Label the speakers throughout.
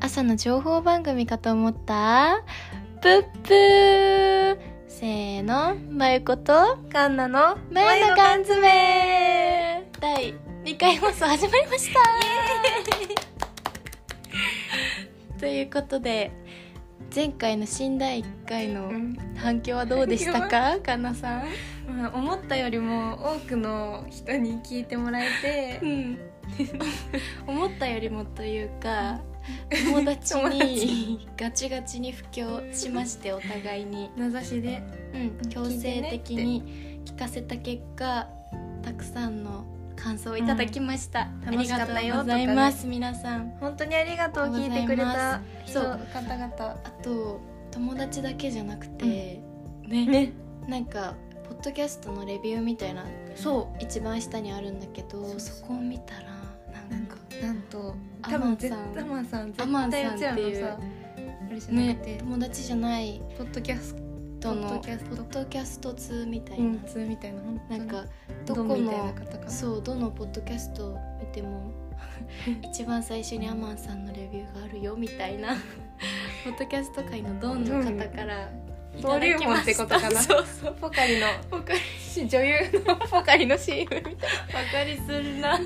Speaker 1: 朝の情報番組かと思ったぷっぷーせーのまゆこと
Speaker 2: カンナの
Speaker 1: まゆの缶詰第2回放送始まりましたということで前回の新第1回の反響はどうでしたかかなさん、
Speaker 2: まあ、思ったよりも多くの人に聞いてもらえて
Speaker 1: ん、 思ったよりもという か友達にガチガチに布教しましてお互いに、
Speaker 2: 名指しで
Speaker 1: うん、強制的に聞かせた結果たくさんの感想をいただきました、
Speaker 2: うん楽しかっ
Speaker 1: あ
Speaker 2: たよ
Speaker 1: りがとうございます、皆さん
Speaker 2: 本当にありがとう聞いてくれた人
Speaker 1: そう
Speaker 2: 方々
Speaker 1: あと友達だけじゃなくて、ね
Speaker 2: ね
Speaker 1: なんかポッドキャストのレビューみたいな
Speaker 2: そ
Speaker 1: 一番下にあるんだけど
Speaker 2: そうそう
Speaker 1: そこを見たら
Speaker 2: うな
Speaker 1: なん
Speaker 2: ん
Speaker 1: か
Speaker 2: かなんと
Speaker 1: ア
Speaker 2: 多
Speaker 1: マンさ
Speaker 2: 分絶
Speaker 1: ん
Speaker 2: アマンさん
Speaker 1: アマン
Speaker 2: 絶対
Speaker 1: さん
Speaker 2: うちらの
Speaker 1: っていう
Speaker 2: さあれじゃな
Speaker 1: ね
Speaker 2: くて、
Speaker 1: 友達じゃない
Speaker 2: ポッドキャス
Speaker 1: との
Speaker 2: ポ
Speaker 1: ポ
Speaker 2: ッ
Speaker 1: ッ
Speaker 2: ドキャスト
Speaker 1: ドキャスト通みたい
Speaker 2: ト
Speaker 1: な、
Speaker 2: 普通みたいな本当
Speaker 1: なん
Speaker 2: に
Speaker 1: かど
Speaker 2: ド
Speaker 1: こ
Speaker 2: ンみたいな
Speaker 1: の
Speaker 2: 方か
Speaker 1: そうどのポッドキャストを見て も一番最初にアマンさんのレビューがあるよみたいなポッドキャスト界のドンの方からいただきました
Speaker 2: 登竜門ってことかな
Speaker 1: そうそう
Speaker 2: ポカリの
Speaker 1: ポカリ
Speaker 2: し女優のポカリの CM みたいな
Speaker 1: バカにする な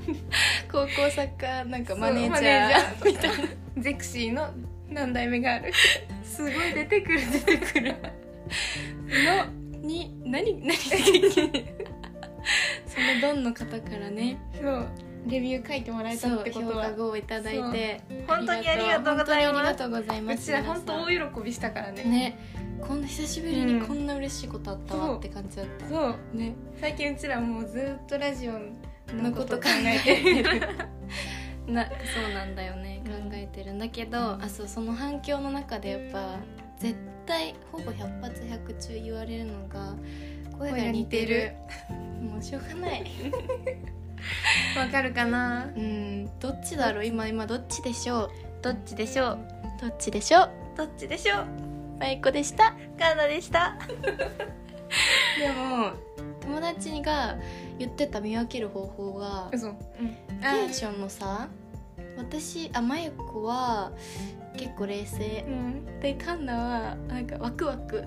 Speaker 1: 高校サッカーなんか
Speaker 2: そう
Speaker 1: マネー
Speaker 2: マ
Speaker 1: ジ
Speaker 2: ネ
Speaker 1: ャ
Speaker 2: ー
Speaker 1: ー
Speaker 2: ジャー
Speaker 1: みたいな
Speaker 2: ゼクシーの何代目 があるすごい出てくる出てくる
Speaker 1: のに何何その ドンの方からね
Speaker 2: そうレビュー書いてもらえ
Speaker 1: そ
Speaker 2: た
Speaker 1: う
Speaker 2: ってこ
Speaker 1: 評
Speaker 2: とは
Speaker 1: 価語をいただいて
Speaker 2: 本当にありがとうございます
Speaker 1: 本当にありがとうございうます
Speaker 2: ちら本当大喜びしたからね
Speaker 1: ねこんな久しぶりに
Speaker 2: うん
Speaker 1: こんな嬉しいことあった
Speaker 2: そ
Speaker 1: わ
Speaker 2: う
Speaker 1: って感じだった、
Speaker 2: そう
Speaker 1: ね
Speaker 2: 最近うちらもうずっとラジオ
Speaker 1: の
Speaker 2: の
Speaker 1: こ
Speaker 2: こと
Speaker 1: 考
Speaker 2: と考
Speaker 1: え
Speaker 2: え
Speaker 1: て
Speaker 2: て
Speaker 1: る
Speaker 2: る
Speaker 1: なそうなんだよね考
Speaker 2: うん
Speaker 1: えてるんだけど、あそうその反響の中でやっぱ絶対ほぼ100発100中言われるのが声が似てるもうしょうが ない
Speaker 2: わかるかな
Speaker 1: うんどっちだろう今今どっちでしょう
Speaker 2: どっちでしょう
Speaker 1: どっちでしょう
Speaker 2: どっちでしょう
Speaker 1: まゆこでした
Speaker 2: カーナで した
Speaker 1: でも友達が言ってた見分ける方法が
Speaker 2: 嘘うん
Speaker 1: テンションのさ私あまゆこは結構冷静
Speaker 2: うん ルンルンっ
Speaker 1: でカンナはなんかワクワ ク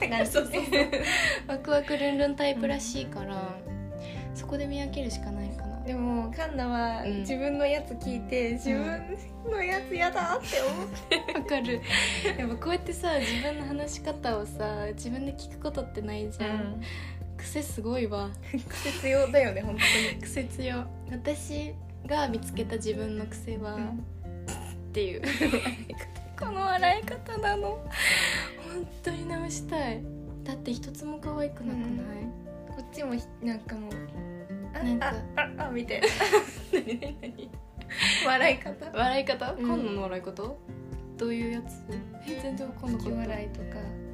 Speaker 2: て感じ
Speaker 1: そうそうそうワクワクルンルンタイプらしいから、そこで見分けるしかないかな
Speaker 2: でもカンナは
Speaker 1: うん
Speaker 2: 自分のやつ聞いて、自分のやつやだって思って
Speaker 1: わかるやっぱこうやってさ自分の話し方をさ自分で聞くことってないじゃん、癖すごいわ
Speaker 2: 必要だよね本
Speaker 1: 癖強私が見つけた自分の癖は、
Speaker 2: 当に、
Speaker 1: って いうこの笑い方なの本当に直したいだって一つも可愛くなくない、
Speaker 2: こっちもひなんかもうあ
Speaker 1: なんか
Speaker 2: あああみたいな
Speaker 1: 何何何
Speaker 2: 笑い 方
Speaker 1: 笑い方、
Speaker 2: うん
Speaker 1: 今度の笑い方どういうやつえ全然わかんな
Speaker 2: 引
Speaker 1: かっ
Speaker 2: き
Speaker 1: た
Speaker 2: 笑いとか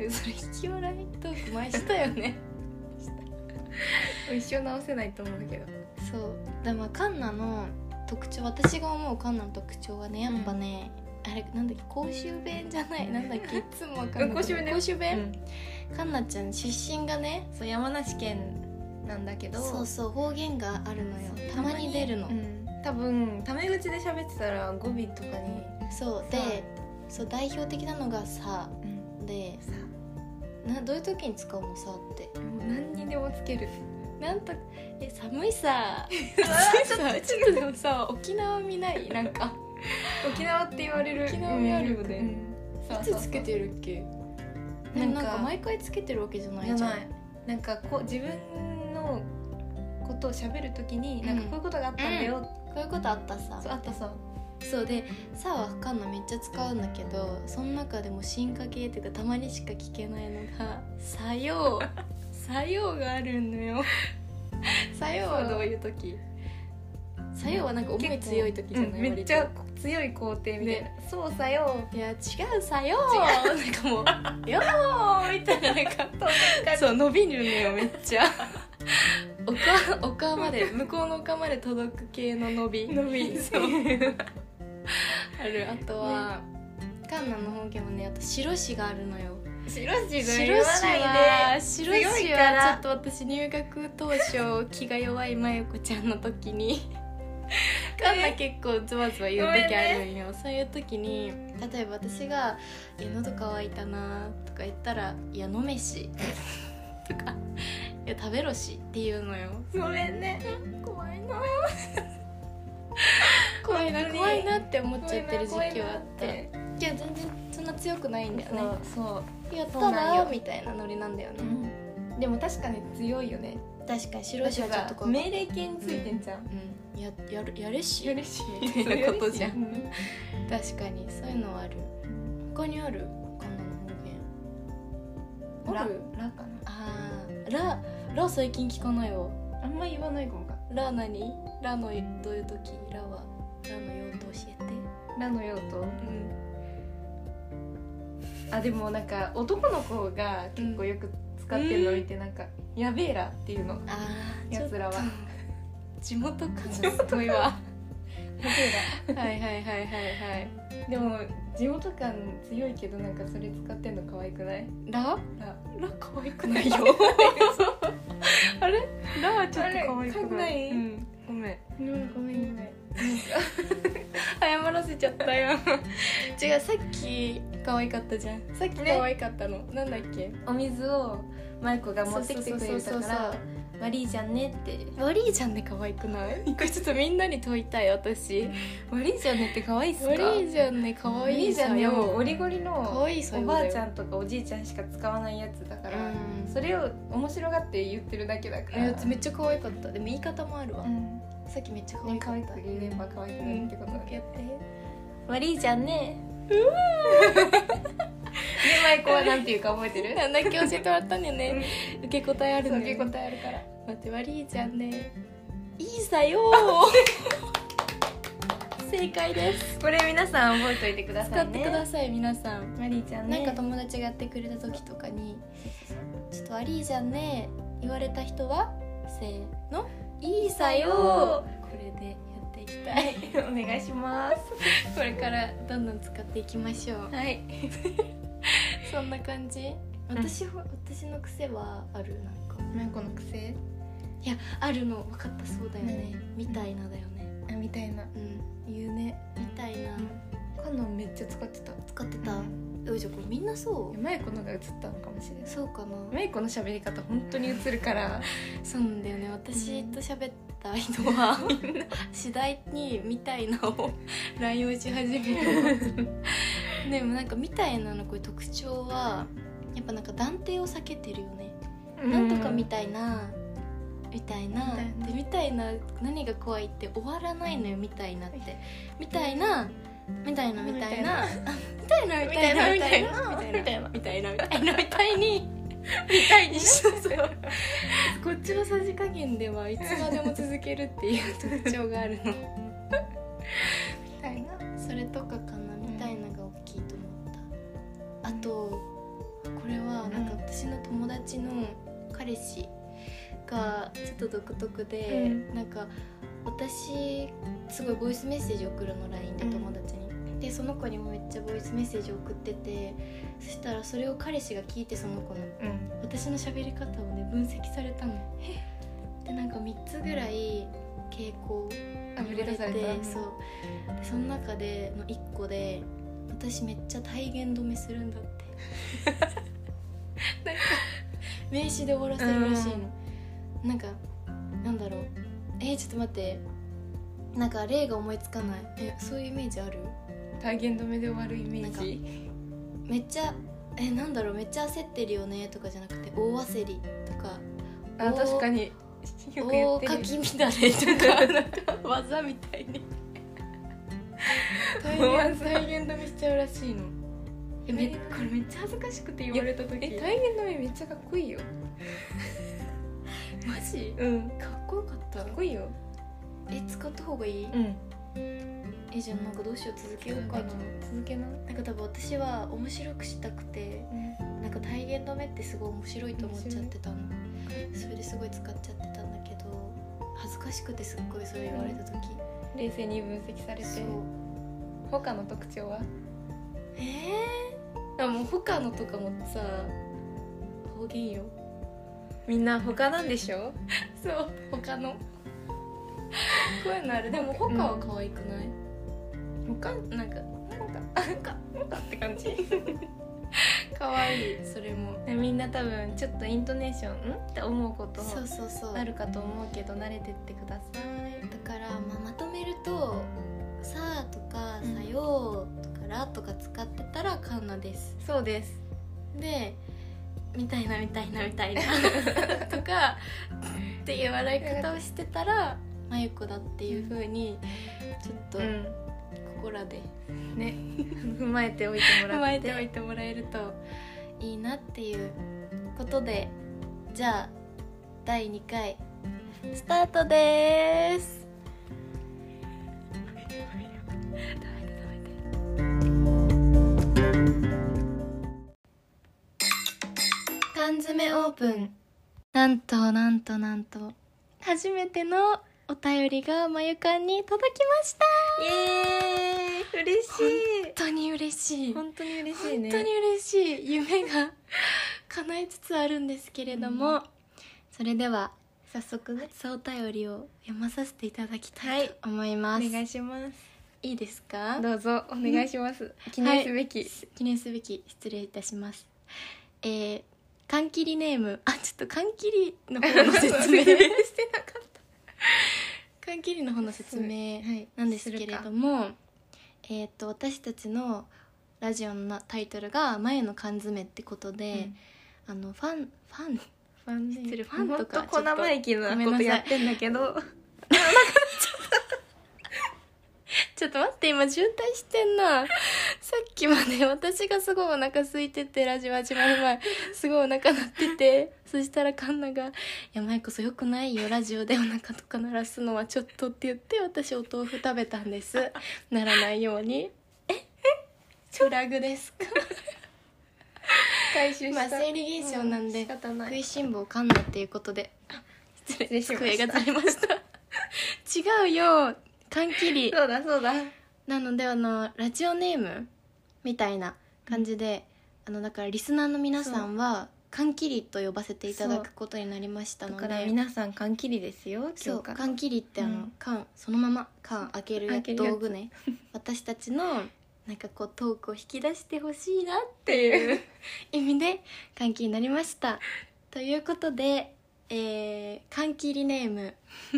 Speaker 1: えそれ引き笑いトーク前したよね
Speaker 2: 一生直せないと思うけど
Speaker 1: そうでもカンナの特徴私が思うカンナの特徴はねやっぱね、あれなんだっけ公衆弁じゃないなんだっけいつもわかんない
Speaker 2: うん公衆弁だよ
Speaker 1: 公衆弁、カンナちゃん出身がね
Speaker 2: そう山梨県なんだけど
Speaker 1: そうそう方言があるのよたまに出るの、
Speaker 2: うん多分タメ口で喋ってたら語尾とかに
Speaker 1: そう
Speaker 2: さ
Speaker 1: でそう代表的なのが「さ
Speaker 2: 「」
Speaker 1: で
Speaker 2: さ
Speaker 1: などういう時に使うの「さ」って
Speaker 2: あ」もう何にでもつける
Speaker 1: なんとえ寒い さ
Speaker 2: ちょっと
Speaker 1: さちょっとでもさ沖縄見ないなんか
Speaker 2: 沖縄って言われる
Speaker 1: 沖縄にあるよね
Speaker 2: うんそう
Speaker 1: い
Speaker 2: そう
Speaker 1: つ
Speaker 2: そう
Speaker 1: つけてるっけ
Speaker 2: な
Speaker 1: なんん
Speaker 2: か
Speaker 1: かなんか毎回つけてるわけじゃない
Speaker 2: じゃ
Speaker 1: じゃん
Speaker 2: ないなんかこう自分のことを喋るときに、なんかこういうことがあったんだよ、
Speaker 1: こういうことあったさ
Speaker 2: そうあったさ
Speaker 1: そうで「さ」はかんのめっちゃ使うんだけどその中でも進化系っていうかたまにしか聞けないのが「さよう」「さよう」があるのよ「さよう」はどういう時「さよう」はなんか思い強い時じゃない、
Speaker 2: うんめっちゃ
Speaker 1: 割
Speaker 2: 強い肯定みたいな、そうさよ
Speaker 1: といや違う「さよう」なんかもう「 よう」みたいななんかそう伸びるのよめっちゃ。おかおかまで向こうのおかまで届く系の伸び
Speaker 2: 伸び
Speaker 1: そうあるあとは、カンナの方言もねあと白紙があるのよ
Speaker 2: 白字
Speaker 1: 白
Speaker 2: が
Speaker 1: 紙
Speaker 2: 言わな
Speaker 1: はい
Speaker 2: で
Speaker 1: 白紙
Speaker 2: 強いか
Speaker 1: は ち
Speaker 2: ら
Speaker 1: ょっと私入学当初気が弱いまゆこちゃんの時にカンナ結構ズバズバ言う時あるんよ、そういう時に例えば私が「いや喉乾いたな」とか言ったら「いや飲めし」 とか「いや食べろし」って言うのよ
Speaker 2: ごめんね
Speaker 1: 怖いな怖いな怖いなって思っちゃってる時期はあっていや全然そんな強くないんだよ
Speaker 2: そ
Speaker 1: ね
Speaker 2: うそ
Speaker 1: 「やった
Speaker 2: そうなん
Speaker 1: ら」
Speaker 2: よ
Speaker 1: みたいなノリなんだよね
Speaker 2: う、、でも確かに強いよね
Speaker 1: 確かに白
Speaker 2: だ
Speaker 1: 石はちょっと
Speaker 2: から
Speaker 1: 怖い
Speaker 2: 命令系についてんじゃん、
Speaker 1: うんややるやれし
Speaker 2: よろ し
Speaker 1: み
Speaker 2: い
Speaker 1: たいなことじゃん
Speaker 2: うん
Speaker 1: 確かにそういうのはある他にある他の方言
Speaker 2: ラ
Speaker 1: あ
Speaker 2: ラ
Speaker 1: る
Speaker 2: かな
Speaker 1: あーララ最近聞かないわ
Speaker 2: あんま言わないかもか
Speaker 1: ラ何ラのどういう時ラはラの用途教えて
Speaker 2: ラの用途
Speaker 1: うん
Speaker 2: あでもなんか男の子が結構よく使ってるの見てなんか「やべえら」っていうの「や
Speaker 1: あー
Speaker 2: やつらは
Speaker 1: ちょっと 地元感
Speaker 2: 地
Speaker 1: が
Speaker 2: 元
Speaker 1: すごいわ
Speaker 2: べ
Speaker 1: はいはいはいはいはい
Speaker 2: え ら」でも地元感強いけどなんかそれ使ってんの可愛くない
Speaker 1: ラ
Speaker 2: ラ
Speaker 1: ラ可愛くないよ あれラはちょっと可愛くない
Speaker 2: あれ可愛くない
Speaker 1: うん、ごめん
Speaker 2: うんごめんごめん
Speaker 1: 謝らせちゃったよ違うさっき可愛かったじゃんさっき可愛かったの、なんだっけ
Speaker 2: お水をマイコが持ってきてくれた
Speaker 1: そうそうそうそ
Speaker 2: か
Speaker 1: う
Speaker 2: ら「マリーじゃんね」って
Speaker 1: ワリーちゃんで可愛くないこれちょっとみんなに問いたい私
Speaker 2: 「マリーじゃんね」って可愛いっすか
Speaker 1: ワリーちゃんね可
Speaker 2: マ
Speaker 1: 愛
Speaker 2: リ
Speaker 1: い
Speaker 2: ーじゃ
Speaker 1: さ
Speaker 2: んね
Speaker 1: よ
Speaker 2: もうゴリゴリ
Speaker 1: 可
Speaker 2: の
Speaker 1: 愛いさ
Speaker 2: お
Speaker 1: よ
Speaker 2: ばあち
Speaker 1: ん
Speaker 2: ゃんとかおじいちゃんしか使わないやつだから、
Speaker 1: うん
Speaker 2: それを面白がって言ってるだけだから、
Speaker 1: いやめっちゃ可愛かったでも言い方もあるわ、
Speaker 2: うん
Speaker 1: さっきめっちゃ可
Speaker 2: ね
Speaker 1: 愛
Speaker 2: 可
Speaker 1: かっ
Speaker 2: 愛
Speaker 1: た
Speaker 2: く言えば可愛く
Speaker 1: う
Speaker 2: なる
Speaker 1: ん
Speaker 2: ってことだね、
Speaker 1: え
Speaker 2: マリーちゃんねうーマイコはなんていうか覚えてる
Speaker 1: なんだっけ教えてもらったんだよね、受け答えある
Speaker 2: そう
Speaker 1: の
Speaker 2: 受け
Speaker 1: よ待
Speaker 2: 答えあるから
Speaker 1: ってワリーちゃんねいいさよ 正解です
Speaker 2: これ皆さん覚えておいてくだ
Speaker 1: 使
Speaker 2: さ
Speaker 1: っ
Speaker 2: い
Speaker 1: て
Speaker 2: ね
Speaker 1: ください皆さん
Speaker 2: マリーちゃんね
Speaker 1: なんか友達がやってくれた時とかに「ちょっと悪いじゃんね」言われた人はせーの「いいさよ」これでやっていきたい
Speaker 2: お願いします
Speaker 1: これからどんどん使っていきましょう
Speaker 2: はい
Speaker 1: そんな感じ私は私の癖はあるなんか
Speaker 2: マイコの癖
Speaker 1: いやあるの分かったそうだよねみたいなだよね
Speaker 2: あみたいな
Speaker 1: うん言うねみたいな
Speaker 2: カノンめっちゃ使ってた
Speaker 1: 使ってたよいしょこれみんなそう
Speaker 2: マイコのが映ったのかもしれない
Speaker 1: そうかな
Speaker 2: マイコの喋り方本当に映るから
Speaker 1: そうなんだよね私と喋った人は次第に「みたいな」を乱用し始めるでもなんか「みたいな」のこれ特徴はやっぱなんか断定を避けてるよね、なんとかみたいなみたいな
Speaker 2: みたいな
Speaker 1: でみたいな何が怖いって終わらないのよみたいなってみたいなみたいなみたいなみたいなみたいなみたいなみたいなみたいなみたいなみたいに
Speaker 2: みたいに
Speaker 1: そうそう こっちのさじ加減ではいつまでも続けるっていう特徴があるの
Speaker 2: みたいな
Speaker 1: それとかかなみたいなのが大きいと思ったあとこれはなんか
Speaker 2: うん
Speaker 1: 私の友達の彼氏がちょっと独特で、
Speaker 2: うん
Speaker 1: なんか私すごいボイスメッセージ送るの LINE で
Speaker 2: うん
Speaker 1: 友達に、でその子にもめっちゃボイスメッセージ送っててそしたらそれを彼氏が聞いてその子の
Speaker 2: うん
Speaker 1: 私の喋り方をね分析されたのでなんか3つぐらい傾向
Speaker 2: あぶれ出された
Speaker 1: そうでその中での1個で私めっちゃ体言止めするん だってなんか名詞で終わらせるらしいの、なんかなんだろうえー、ちょっと待ってなんか例が思いつかないえそういうイメージある
Speaker 2: 体言止めで終わるイメージ
Speaker 1: めっちゃえなんだろうめっちゃ焦ってるよねとかじゃなくて大焦りとか
Speaker 2: あ確かによく言
Speaker 1: 大
Speaker 2: ってる
Speaker 1: 垣乱れとかなんか技みたいに
Speaker 2: 体言体言止めしちゃうらしいの
Speaker 1: えめこれめっちゃ恥ずかしくて言われた時
Speaker 2: え体言止めめっちゃかっこいいよ
Speaker 1: マジ
Speaker 2: うん
Speaker 1: かっこよかった
Speaker 2: かっこいいよ
Speaker 1: え使った方がいい、
Speaker 2: ん
Speaker 1: えじゃあなんかどうしよう続けようかな
Speaker 2: 続けな
Speaker 1: なんか多分私は面白くしたくてなんか体言止めってすごい面白いと思っちゃってたのそれですごい使っちゃってたんだけど恥ずかしくてすっごいそれ言われた時、
Speaker 2: 冷静に分析されて
Speaker 1: そう
Speaker 2: 他の特徴は
Speaker 1: えー、あもう他のとかもさ方言よ
Speaker 2: みんな他なんでしょ
Speaker 1: そう他のこういうのあるでも他は可愛くない、他なんかなんかなんかなんかって感じ可愛いそれも
Speaker 2: で みんな多分ちょっとイントネーションんって思うこと
Speaker 1: そうそうそう
Speaker 2: あるかと思うけど慣れてってください
Speaker 1: だから、まあ、まとめると「さあ」とか「
Speaker 2: うん
Speaker 1: さよう」とか「ら」とか使ってたらカンナです
Speaker 2: そうです
Speaker 1: で「みたいなみたいなみたい な」とかっていう笑い方をしてたら「まゆこだ」っていうふうにちょっと
Speaker 2: う
Speaker 1: こ
Speaker 2: ん
Speaker 1: こらで
Speaker 2: ね 踏まえておいてもらって
Speaker 1: 踏まえておいてもらえるといいなっていうことでじゃあ第2回スタートでーす缶詰オープンなんとなんとなんと初めてのお便りがまゆかんに届きました
Speaker 2: イエーイ嬉し
Speaker 1: 本当に嬉し
Speaker 2: い
Speaker 1: い
Speaker 2: 本当に嬉しい
Speaker 1: 本
Speaker 2: ね
Speaker 1: 当に嬉しい夢が叶いつつあるんですけれども、
Speaker 2: うん
Speaker 1: それでは
Speaker 2: 早速ね
Speaker 1: お便りを読まさせていただきたいと思い
Speaker 2: お
Speaker 1: ます、
Speaker 2: 願いします
Speaker 1: いいですか
Speaker 2: どうぞお願いします記念すべき、
Speaker 1: 記念すべき失礼いたしますえー、缶切りネームあちょっと缶切りの方の説 明
Speaker 2: してなかった
Speaker 1: 缶切りの方の説明
Speaker 2: はい
Speaker 1: なんですけれどもえっ、と私たちのラジオのタイトルが「前の缶詰」ってことで、あのファンファン
Speaker 2: ファン
Speaker 1: 知ってる
Speaker 2: ね
Speaker 1: ファンとか
Speaker 2: ほん小生意気
Speaker 1: ち
Speaker 2: な
Speaker 1: ょっとごめん
Speaker 2: こ
Speaker 1: なさ
Speaker 2: と
Speaker 1: い
Speaker 2: やってんだけど
Speaker 1: ちょっと待って今渋滞してんな さっきまで私がすごいお腹空いててラジオ始まる前すごいお腹鳴っててそしたらカンナが「いや前こそよくないよラジオでお腹とか鳴らすのはちょっと」って言って私お豆腐食べたんですならないようにえフラグですか
Speaker 2: 回収し
Speaker 1: ま
Speaker 2: た、
Speaker 1: あ生理現象なんで
Speaker 2: う仕方な
Speaker 1: 食
Speaker 2: い
Speaker 1: いしん坊カンナっていうことであ失礼
Speaker 2: 失
Speaker 1: 机
Speaker 2: 礼しました
Speaker 1: がずれました違うよ缶切り
Speaker 2: そうだそうだ
Speaker 1: なのであのラジオネームみたいな感じで、あのだからリスナーの皆さんは「缶切り」と呼ばせていただくことになりました
Speaker 2: だ
Speaker 1: ので
Speaker 2: から皆さん缶切りですよ
Speaker 1: そ
Speaker 2: 今
Speaker 1: う
Speaker 2: 日か
Speaker 1: 缶切りってあの、
Speaker 2: うん
Speaker 1: 缶そのまま缶開け
Speaker 2: 開
Speaker 1: る
Speaker 2: けるやつ
Speaker 1: 道具 ね私たちのなんかこうトークを引き出してほしいなっていう 意味で缶切りになりましたということで、えー、缶切りネーム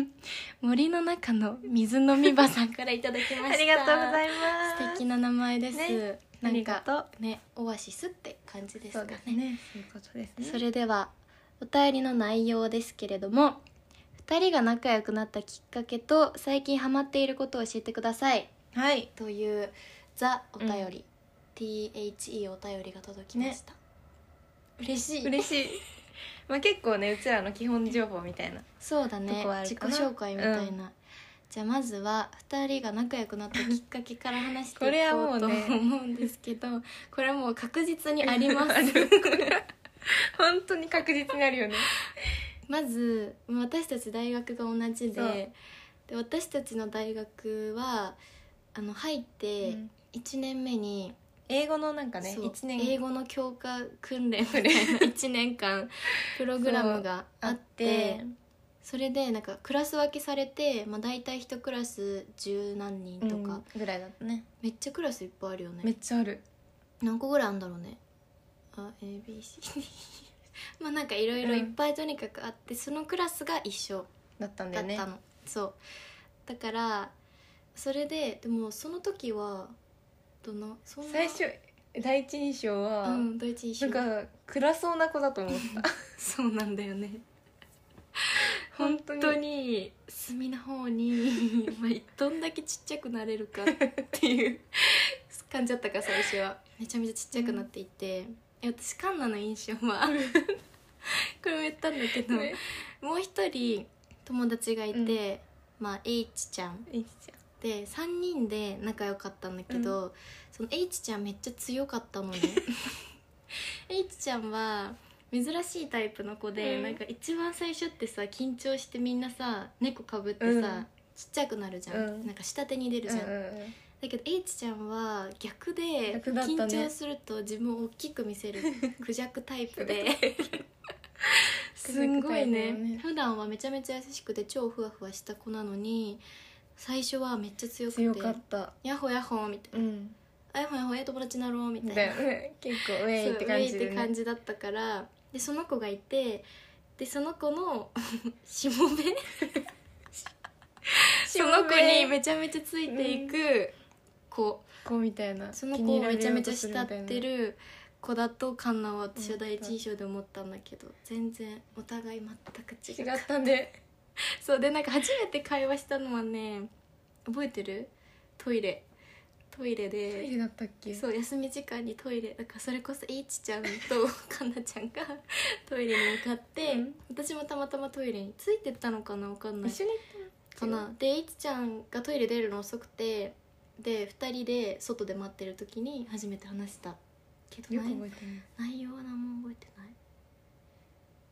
Speaker 1: 森の中の水飲み場さんからいただきました
Speaker 2: ありがとうございます
Speaker 1: 素敵な名前です、
Speaker 2: ね
Speaker 1: な
Speaker 2: あ
Speaker 1: ん
Speaker 2: り
Speaker 1: か
Speaker 2: がとう
Speaker 1: ねオアシスって感じですか
Speaker 2: そうです
Speaker 1: ね
Speaker 2: ねそういうことですね
Speaker 1: それではお便りの内容ですけれども2人が仲良くなったきっかけと最近ハマっていることを教えてください
Speaker 2: はい
Speaker 1: というザお便り、THE お便りが届きました、嬉しい
Speaker 2: 嬉しい まあ結構ねうちらの基本情報みたいな
Speaker 1: そうだね
Speaker 2: とこはあ
Speaker 1: 自
Speaker 2: る
Speaker 1: 己
Speaker 2: かな
Speaker 1: 紹介みたいな、じゃあまずは2人が仲良くなったきっかけから話していこ
Speaker 2: これはも
Speaker 1: う
Speaker 2: う
Speaker 1: と
Speaker 2: ね
Speaker 1: 思うんですけどこれはもう確実にあり ます
Speaker 2: 本当に確実にあるよね
Speaker 1: まずもう私たち大学が同じ
Speaker 2: そう
Speaker 1: でで私たちの大学はあの入って
Speaker 2: うん
Speaker 1: 1年目に、
Speaker 2: 英語のなんかね
Speaker 1: そう
Speaker 2: 一年
Speaker 1: 英語の教科訓練みたいな1 年間プログラムがあ
Speaker 2: あ
Speaker 1: っ
Speaker 2: って
Speaker 1: てそれでなんかクラス分けされて、まあ、大体1クラス十何人とか、
Speaker 2: うんぐらいだったね
Speaker 1: めっちゃクラスいっぱいあるよ
Speaker 2: め
Speaker 1: ね
Speaker 2: っちゃある
Speaker 1: 何個ぐらいあるんだろうねあ ABCD まあなんかいろいろいっぱいとにかくあって、そのクラスが一緒
Speaker 2: だったん
Speaker 1: だ
Speaker 2: だよ
Speaker 1: っ
Speaker 2: ね
Speaker 1: たのそうだからそれででもその時はどのそんな
Speaker 2: 最初第一印象は、
Speaker 1: うん第一印
Speaker 2: な
Speaker 1: 象
Speaker 2: んか暗そうな子だと思った
Speaker 1: そうなんだよね 本
Speaker 2: 本当
Speaker 1: 当
Speaker 2: に
Speaker 1: に隅の方 に、まあ、どんだけちっちゃくなれるかっていう感じだったから最初はめちゃめちゃちっちゃくなっていて、え私カンナの印象は これも言ったんだけど、
Speaker 2: ね
Speaker 1: もう一人友達がいて、まあ H ちゃん
Speaker 2: いいじ
Speaker 1: で3人で仲良かったんだけど、その H ちゃんめっちゃ強かったのね H ちゃんは珍しいタイプの子で、
Speaker 2: うん
Speaker 1: なんか一番最初ってさ緊張してみんなさ猫かぶってさ、
Speaker 2: うん
Speaker 1: ちっちゃくなるじゃん、
Speaker 2: うん
Speaker 1: なんか下手に出る
Speaker 2: ゃ
Speaker 1: じ
Speaker 2: ん
Speaker 1: ゃん、だけど H ちゃんは逆で
Speaker 2: 逆だったね
Speaker 1: 緊張すると自分を大きく見せるクジャクタイプですんごいね
Speaker 2: 家族対応ね
Speaker 1: 普段はめちゃめちゃ優しくて超ふわふわした子なのに最初はめっちゃ強くて
Speaker 2: 強かった
Speaker 1: ヤッホーヤッホーみたい
Speaker 2: うん
Speaker 1: なあヤッホーヤッホーええ友達になろうみたい
Speaker 2: だ
Speaker 1: な
Speaker 2: よね結構ウェ
Speaker 1: そう
Speaker 2: イって感じ
Speaker 1: ウェイ
Speaker 2: で、
Speaker 1: って
Speaker 2: ね、
Speaker 1: 感じだったからでその子がいてでその子の しも べその子にめちゃめちゃついていく子、
Speaker 2: こうみたいな
Speaker 1: その子をめちゃめちゃ慕っ
Speaker 2: 気
Speaker 1: て
Speaker 2: に入られようとするみたいな
Speaker 1: る子だとカンナは私は第一印象で思ったんだけど全然お互い全く違う
Speaker 2: 違ったんで
Speaker 1: そうでなんか初めて会話したのはね覚えてるトイレトイレ
Speaker 2: ト
Speaker 1: で
Speaker 2: イレだったっけ
Speaker 1: そう休み時間にトイレだからそれこそいちちゃんと かなちゃんが トイレに向かって、
Speaker 2: うん
Speaker 1: 私もたまたまトイレについてったのかなわかんない
Speaker 2: 一緒に
Speaker 1: かなでいちちゃんがトイレ出るの遅くてで2人で外で待ってる時に初めて話したけど
Speaker 2: よ
Speaker 1: な
Speaker 2: く
Speaker 1: い
Speaker 2: 覚えてる
Speaker 1: 内容は何も覚えてない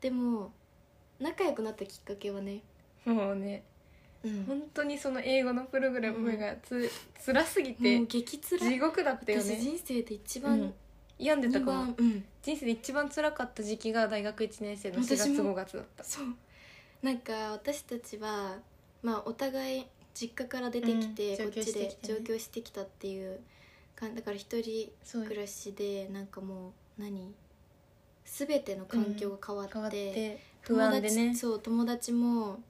Speaker 1: でも仲良くなったきっかけはね、
Speaker 2: もうね
Speaker 1: うん
Speaker 2: 本当にその英語のプログラムがつ辛すぎて
Speaker 1: もう激辛
Speaker 2: 地獄だったよ
Speaker 1: 私
Speaker 2: ね
Speaker 1: 人生で一
Speaker 2: う
Speaker 1: 番
Speaker 2: ん、病んで
Speaker 1: 二
Speaker 2: たかも
Speaker 1: 番うん
Speaker 2: 人生で一番辛かった時期が大学1年生の4月
Speaker 1: 私も
Speaker 2: 5月だった
Speaker 1: そうなんか私たちは、まあ、お互い実家から出てきて、
Speaker 2: うん
Speaker 1: こっちで上
Speaker 2: 上
Speaker 1: 京してきたっていう感だから一人
Speaker 2: そう
Speaker 1: 暮らしでなんかもう何全ての環境が変わって,、
Speaker 2: 変わって不安で
Speaker 1: 友
Speaker 2: ね
Speaker 1: 達そう友達も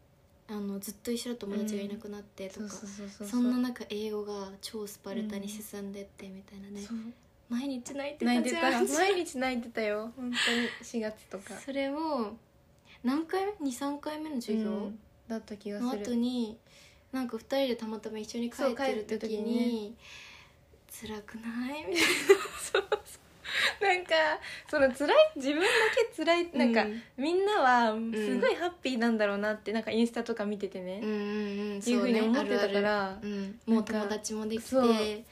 Speaker 1: あのずっと一緒だと友達がいなくなってとか、
Speaker 2: そうそうそうそう
Speaker 1: そんな中英語が超スパルタに進んでってみたいなね、
Speaker 2: そう
Speaker 1: 毎日泣いて
Speaker 2: 泣
Speaker 1: た
Speaker 2: いて
Speaker 1: じ
Speaker 2: た
Speaker 1: ゃん
Speaker 2: 毎日泣いてたよ本当に4月とか
Speaker 1: それを何回目23回目の授業、
Speaker 2: うんだった気が
Speaker 1: の
Speaker 2: す
Speaker 1: 後
Speaker 2: る
Speaker 1: になんか2人でたまたま一緒に帰
Speaker 2: そう
Speaker 1: っ
Speaker 2: 帰
Speaker 1: て
Speaker 2: っ
Speaker 1: る
Speaker 2: てる
Speaker 1: 時
Speaker 2: 時
Speaker 1: に
Speaker 2: に
Speaker 1: 「辛くない?」みたい
Speaker 2: なんかその辛い自分だけ辛い
Speaker 1: な
Speaker 2: なんか、
Speaker 1: うん
Speaker 2: みんなはすごいハッピーなんだろうなってなんかインスタとか見ててね、
Speaker 1: うんうん
Speaker 2: っていうふうに思ってたか
Speaker 1: あるあ
Speaker 2: ら、
Speaker 1: るうんもう友達もできて、ね、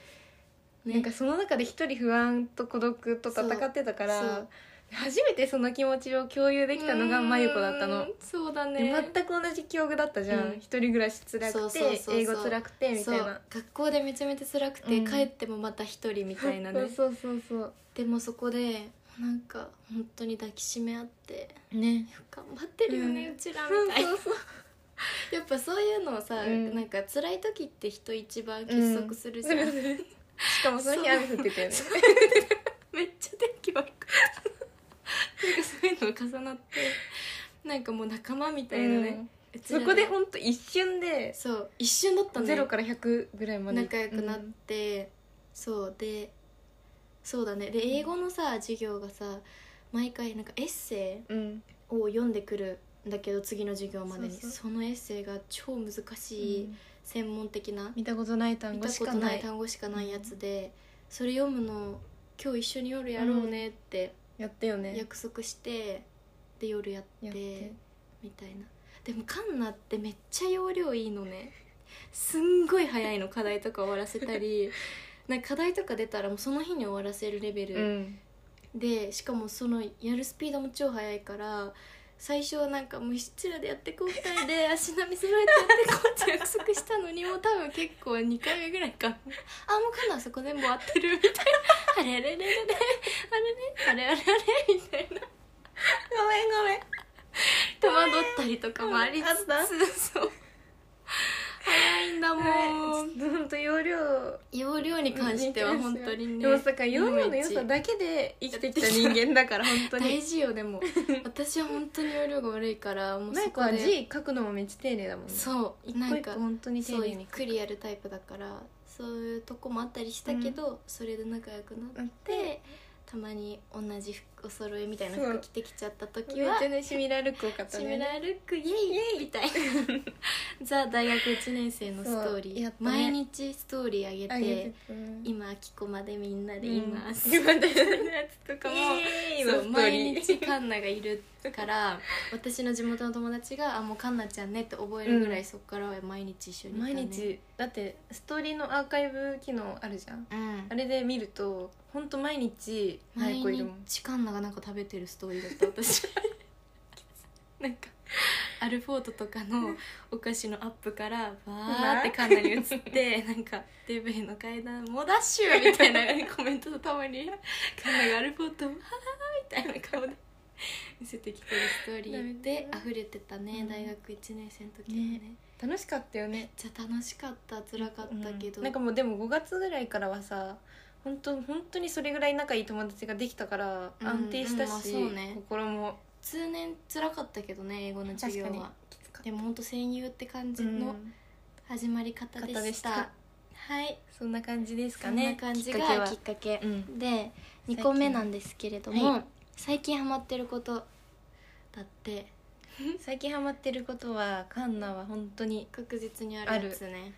Speaker 2: なんかその中で一人不安と孤独と戦ってたか
Speaker 1: そうそ
Speaker 2: ら
Speaker 1: う
Speaker 2: 初めてその気持ちを共有できたのが
Speaker 1: うん
Speaker 2: まゆこだったの。
Speaker 1: そうだ
Speaker 2: で
Speaker 1: ね
Speaker 2: 全く同じ記憶だったじゃん、
Speaker 1: うん
Speaker 2: 一人暮らし辛
Speaker 1: そう
Speaker 2: く
Speaker 1: そうそう
Speaker 2: て
Speaker 1: そう
Speaker 2: 英語辛くてみたい
Speaker 1: そ
Speaker 2: な
Speaker 1: う学校でめちゃめちゃ辛くて、
Speaker 2: うん
Speaker 1: 帰ってもまた一人みたいなね
Speaker 2: そうそうそう
Speaker 1: でもそこでなんか本当に抱きしめ合って
Speaker 2: ね
Speaker 1: 頑張ってるよね、う
Speaker 2: うん
Speaker 1: ち
Speaker 2: そ
Speaker 1: らみ
Speaker 2: う
Speaker 1: たいな
Speaker 2: そうそう
Speaker 1: やっぱそういうのをさ、
Speaker 2: うん
Speaker 1: なんか辛い時って人一番結束するじゃん、
Speaker 2: うんしかもその日雨降ってたよね
Speaker 1: めっちゃ天気悪くなんかそういうのが重なってなんかもう仲間みたいなね、うち
Speaker 2: そ
Speaker 1: ら
Speaker 2: こでほんと一瞬で
Speaker 1: そう一瞬だったね
Speaker 2: ゼロから100ぐらいまで
Speaker 1: 仲良くなっ
Speaker 2: うん
Speaker 1: て、そうでそうだねで英語のさ授業がさ毎回なんかエッセ
Speaker 2: うん
Speaker 1: イを読んでくるんだけど次の授業までにそ
Speaker 2: そうそ
Speaker 1: のエッセイが超難しい、専門的な
Speaker 2: 見たことない単
Speaker 1: 見
Speaker 2: 語
Speaker 1: た
Speaker 2: し
Speaker 1: こ
Speaker 2: か
Speaker 1: と
Speaker 2: な
Speaker 1: ない
Speaker 2: い
Speaker 1: 単語しかないやつでそれ読むの今日一緒に夜やろうねって
Speaker 2: やったよね
Speaker 1: 約束してで夜やって
Speaker 2: やって
Speaker 1: みたいなでもカンナってめっちゃ要領いいのねすんごい早いの課題とか終わらせた りなんか課題とか出たらもうその日に終わらせるレベ
Speaker 2: う
Speaker 1: ル
Speaker 2: ん
Speaker 1: でしかもそのやるスピードも超速いから最初はなんかもう七らでやってこう2人 で足並み揃えてやってこうって約束したのにもう多分結構2回目ぐらいかあもうカンナそこ全部終わって るみたいなあれあれあれあれあれあれあれあれあれみたいな
Speaker 2: ごめんごめん
Speaker 1: 戸惑ったりとかもあり
Speaker 2: あ
Speaker 1: つ
Speaker 2: った
Speaker 1: つそう早いんだも
Speaker 2: も
Speaker 1: ん
Speaker 2: う本当容量
Speaker 1: 容量に関しては本当にね
Speaker 2: でもさか容量の良
Speaker 1: 日
Speaker 2: さ
Speaker 1: 本
Speaker 2: だけで生きてきた人間だから本当
Speaker 1: 一大
Speaker 2: に
Speaker 1: 事よでも私は本当に容量が悪いからもうそ
Speaker 2: マイコ
Speaker 1: こ
Speaker 2: は
Speaker 1: で
Speaker 2: 字書くのもめっちゃ丁寧だもんね
Speaker 1: そうな
Speaker 2: 一個
Speaker 1: ん
Speaker 2: 一個
Speaker 1: か
Speaker 2: 本当に丁
Speaker 1: そう
Speaker 2: 寧
Speaker 1: ゆっ
Speaker 2: に
Speaker 1: くりやるタイプだからそういうとこもあったりしたけど、それで仲良くな
Speaker 2: な
Speaker 1: っ
Speaker 2: って
Speaker 1: てたまに同じ服お揃いみたいな
Speaker 2: そ
Speaker 1: 服
Speaker 2: う
Speaker 1: 着てきちゃった時
Speaker 2: めっ
Speaker 1: は
Speaker 2: ちゃねシミラールック多かった
Speaker 1: シム
Speaker 2: ね
Speaker 1: ラルックイエイイエイみたいな ザ大学1年生のストーリ
Speaker 2: そう
Speaker 1: ー、
Speaker 2: やったね
Speaker 1: 毎日ストーリー上げて
Speaker 2: あげてたうん
Speaker 1: 今秋子までみんなで
Speaker 2: うん
Speaker 1: います、
Speaker 2: 今だよね
Speaker 1: やつとかも
Speaker 2: イエーイの
Speaker 1: そう
Speaker 2: ストー
Speaker 1: 毎
Speaker 2: リー
Speaker 1: 日カンナがいるから私の地元の友達が「あもうカンナちゃんね」って覚えるぐらい、
Speaker 2: うん
Speaker 1: そっからは毎日一緒にいた、ね、
Speaker 2: 毎日だってストーリーのアーカイブ機能あるじゃん
Speaker 1: うん
Speaker 2: あれで見ると本当毎日マイ
Speaker 1: 毎
Speaker 2: コいるもん
Speaker 1: 日カンナがなんか食べてるストーリーだった私 なんかアルフォートとかのお菓子のアップからバーってカンナに移 ってなんかデブへの階段もダッシュみたいなコメントとともにカンナがアルフォートをはーみたいな顔で見せてきてるストーリーで溢れてたね
Speaker 2: うん
Speaker 1: 大学1年生の時はね
Speaker 2: ね楽しかったよね
Speaker 1: めっちゃ楽しかった辛かったけど、
Speaker 2: うんなんかもうでも5月ぐらいからはさ本当本当にそれぐらい仲いい友達ができたから
Speaker 1: うん
Speaker 2: 安定した
Speaker 1: うん
Speaker 2: し、
Speaker 1: まあそうね
Speaker 2: 心も
Speaker 1: 通年辛かったけどね英語の授業は
Speaker 2: きつか
Speaker 1: でもほんと戦友って感じ
Speaker 2: うん
Speaker 1: の始まり方でした,、
Speaker 2: 方でした
Speaker 1: はい
Speaker 2: そんな感じです
Speaker 1: そ
Speaker 2: か
Speaker 1: んな
Speaker 2: ね
Speaker 1: 感じ
Speaker 2: きっかけ
Speaker 1: が
Speaker 2: は
Speaker 1: きっかけ
Speaker 2: うん
Speaker 1: で
Speaker 2: 最近
Speaker 1: 2個目なんですけれども、
Speaker 2: はい
Speaker 1: 最近ハマってることだって
Speaker 2: 最近ハマってることはカンナは本当に
Speaker 1: 確実にあるやつね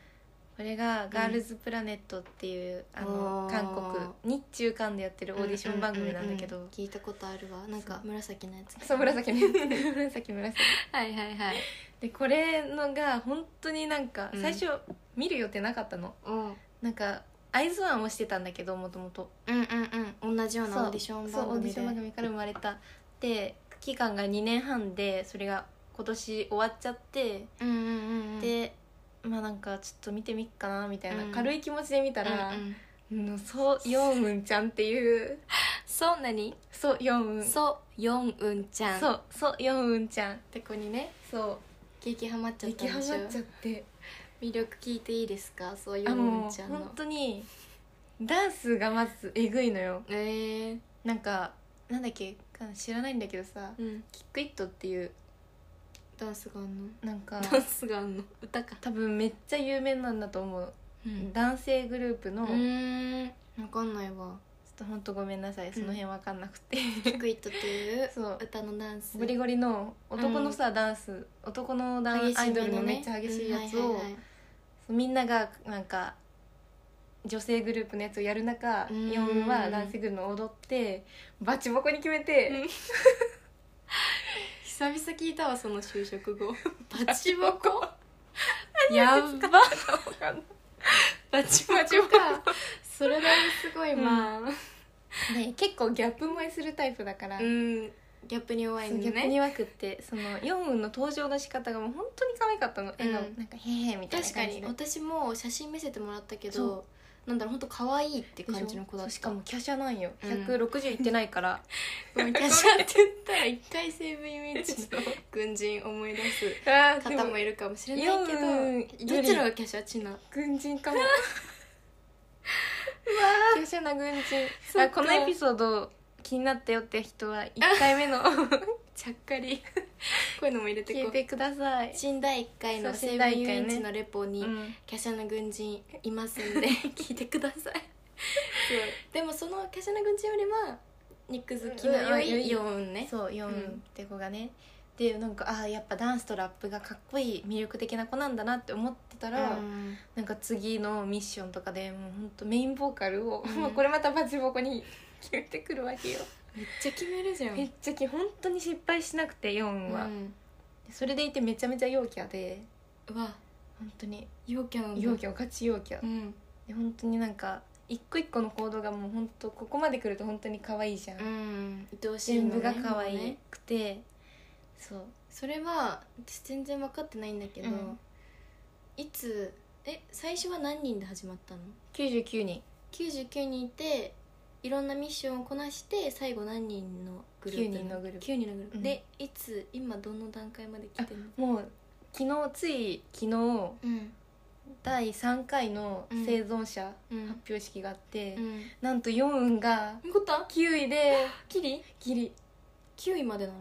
Speaker 2: これがガールズプラネットっていう、あの
Speaker 1: おー
Speaker 2: 韓国日中韓でやってるオーディション番組なんだけど、
Speaker 1: ううううん聞いたことあるわなんか
Speaker 2: そう
Speaker 1: 紫のやつ
Speaker 2: そう紫ね紫紫
Speaker 1: はいはいはい
Speaker 2: でこれのが本当になんか
Speaker 1: うん
Speaker 2: 最初見る予定なかったの、
Speaker 1: うん
Speaker 2: なんかアイズワンをしてたんだけどもともと
Speaker 1: うんうんうん同じようなオーディション
Speaker 2: そう
Speaker 1: 番
Speaker 2: オーデ
Speaker 1: 組
Speaker 2: ィシ
Speaker 1: で
Speaker 2: ョン番組から生まれたで期間が2年半でそれが今年終わっちゃって、
Speaker 1: うんうんうんうん
Speaker 2: でまあなんかちょっと見てみっかなみたいな、
Speaker 1: うん
Speaker 2: 軽い気持ちで見たら、
Speaker 1: うんうん
Speaker 2: のソ・ヨンウンちゃんっていう
Speaker 1: そうなに
Speaker 2: ソ・ヨンウン
Speaker 1: そうヨンウンちゃん
Speaker 2: そうソ・ヨンウンちゃん
Speaker 1: てこにね
Speaker 2: そ
Speaker 1: 激ハマっ
Speaker 2: う
Speaker 1: ちゃっ
Speaker 2: 激
Speaker 1: た
Speaker 2: ハ
Speaker 1: んで
Speaker 2: マっ
Speaker 1: しょ
Speaker 2: ちゃって
Speaker 1: 魅力聞いていいですかそうヨ
Speaker 2: あ
Speaker 1: ンウ
Speaker 2: の
Speaker 1: ンちゃん
Speaker 2: 本
Speaker 1: の
Speaker 2: 当にダンスがまずえぐいのよ
Speaker 1: ええ
Speaker 2: なんかなんだっけか知らないんだけどさ
Speaker 1: うん
Speaker 2: キックイットっていう
Speaker 1: ダンスがあんの
Speaker 2: なんか
Speaker 1: ダンスがあんの歌か
Speaker 2: 多分めっちゃ有名なんだと思う、
Speaker 1: うん
Speaker 2: 男性グループの、
Speaker 1: う
Speaker 2: ちょっ
Speaker 1: ーん分かんないわ
Speaker 2: とほんとごめんなさいその辺わかんな くて、
Speaker 1: 「クイット」っていう
Speaker 2: そう
Speaker 1: 歌のダンス
Speaker 2: ゴリゴリの男のさ、ダンス男のダンアイドルのめっちゃ激しいやつを、
Speaker 1: うんはいはいはい
Speaker 2: そうみんながなんか女性グループのやつをやる中
Speaker 1: うん
Speaker 2: ヨンウンは男性グループの踊ってバチボコに決めて、
Speaker 1: うん久々聞いたわその就職後バチボコ やっば
Speaker 2: わかんない
Speaker 1: バチボコかそれだいぶすごいわ
Speaker 2: で結構ギャップ萌えするタイプだから、
Speaker 1: うん、ギャップに弱い
Speaker 2: そ
Speaker 1: の
Speaker 2: う
Speaker 1: ね
Speaker 2: 逆に弱くってそのヨンウンの登場の仕方がもう本当に可愛かったの笑顔、
Speaker 1: うん
Speaker 2: なんか「へーへーみたいな
Speaker 1: 確か
Speaker 2: 感じ
Speaker 1: に
Speaker 2: で
Speaker 1: 私も写真見せてもらったけ
Speaker 2: そ
Speaker 1: どなんだろう本当可愛いって
Speaker 2: でしょ
Speaker 1: 感じの子だっ
Speaker 2: そう
Speaker 1: た
Speaker 2: しかも華奢なんよ
Speaker 1: うん
Speaker 2: 160いってないから、
Speaker 1: ごめんキャシャって言ったら一回西武イメージの軍人思い出す
Speaker 2: あーで
Speaker 1: 方もいるかもしれないけ
Speaker 2: でも
Speaker 1: どどっちの方がキャシャチナ
Speaker 2: 軍人かも うわー華奢な軍人
Speaker 1: そっ
Speaker 2: あ
Speaker 1: か
Speaker 2: このエピソード気になったよって人は1回目の
Speaker 1: ちゃっかりこういうのも入れて
Speaker 2: 聞
Speaker 1: こ
Speaker 2: いうてください、
Speaker 1: 新第1回の
Speaker 2: そ
Speaker 1: 西
Speaker 2: う新
Speaker 1: 武
Speaker 2: 第
Speaker 1: 遊
Speaker 2: 一回ね
Speaker 1: 園地のレポに、
Speaker 2: うん
Speaker 1: 華奢な軍人いますんで聞いてくださいでもその華奢な軍人よりは肉好きの良
Speaker 2: うんうん
Speaker 1: いヨンね
Speaker 2: そうヨンウン
Speaker 1: うん
Speaker 2: って子がね、でなんかあーやっぱダンスとラップがかっこいい魅力的な子なんだなって思ってたら、
Speaker 1: うん
Speaker 2: なんか次のミッションとかでもうほんとメインボーカルを、
Speaker 1: うん
Speaker 2: もうこ れまたバチボコに決めてくるわけよ
Speaker 1: めっちゃ決めるじゃん
Speaker 2: めっちゃき本当に失敗しなくてヨンは、
Speaker 1: うん
Speaker 2: それでいてめちゃめちゃ陽キャで
Speaker 1: うわ
Speaker 2: 本当に
Speaker 1: 陽キャなんだ
Speaker 2: 陽キャガチ陽キャ、
Speaker 1: うん
Speaker 2: で本当になんか一個一個の行動がもう本当ここまで来ると本当に可愛いじゃん、
Speaker 1: うん愛おしいの
Speaker 2: 全
Speaker 1: ね
Speaker 2: 部が可
Speaker 1: もう
Speaker 2: 愛
Speaker 1: ね
Speaker 2: くて、そう
Speaker 1: それは私全然分かってないんだけど、
Speaker 2: うん
Speaker 1: いつえ最初は何人で始まったの
Speaker 2: 99人
Speaker 1: 99人いていろんなミッションをこなして最後何人のグループ
Speaker 2: 9人のグループ
Speaker 1: 9人のグループ、
Speaker 2: うん
Speaker 1: でいつ今どの段階まで来てるの
Speaker 2: もう昨日つい昨日
Speaker 1: うん
Speaker 2: 第3回の生存者
Speaker 1: う
Speaker 2: 発
Speaker 1: ん
Speaker 2: 表式があって、
Speaker 1: うん
Speaker 2: なんとヨンウンが
Speaker 1: こった
Speaker 2: 9位で
Speaker 1: キリ
Speaker 2: ギリ
Speaker 1: 9位までなの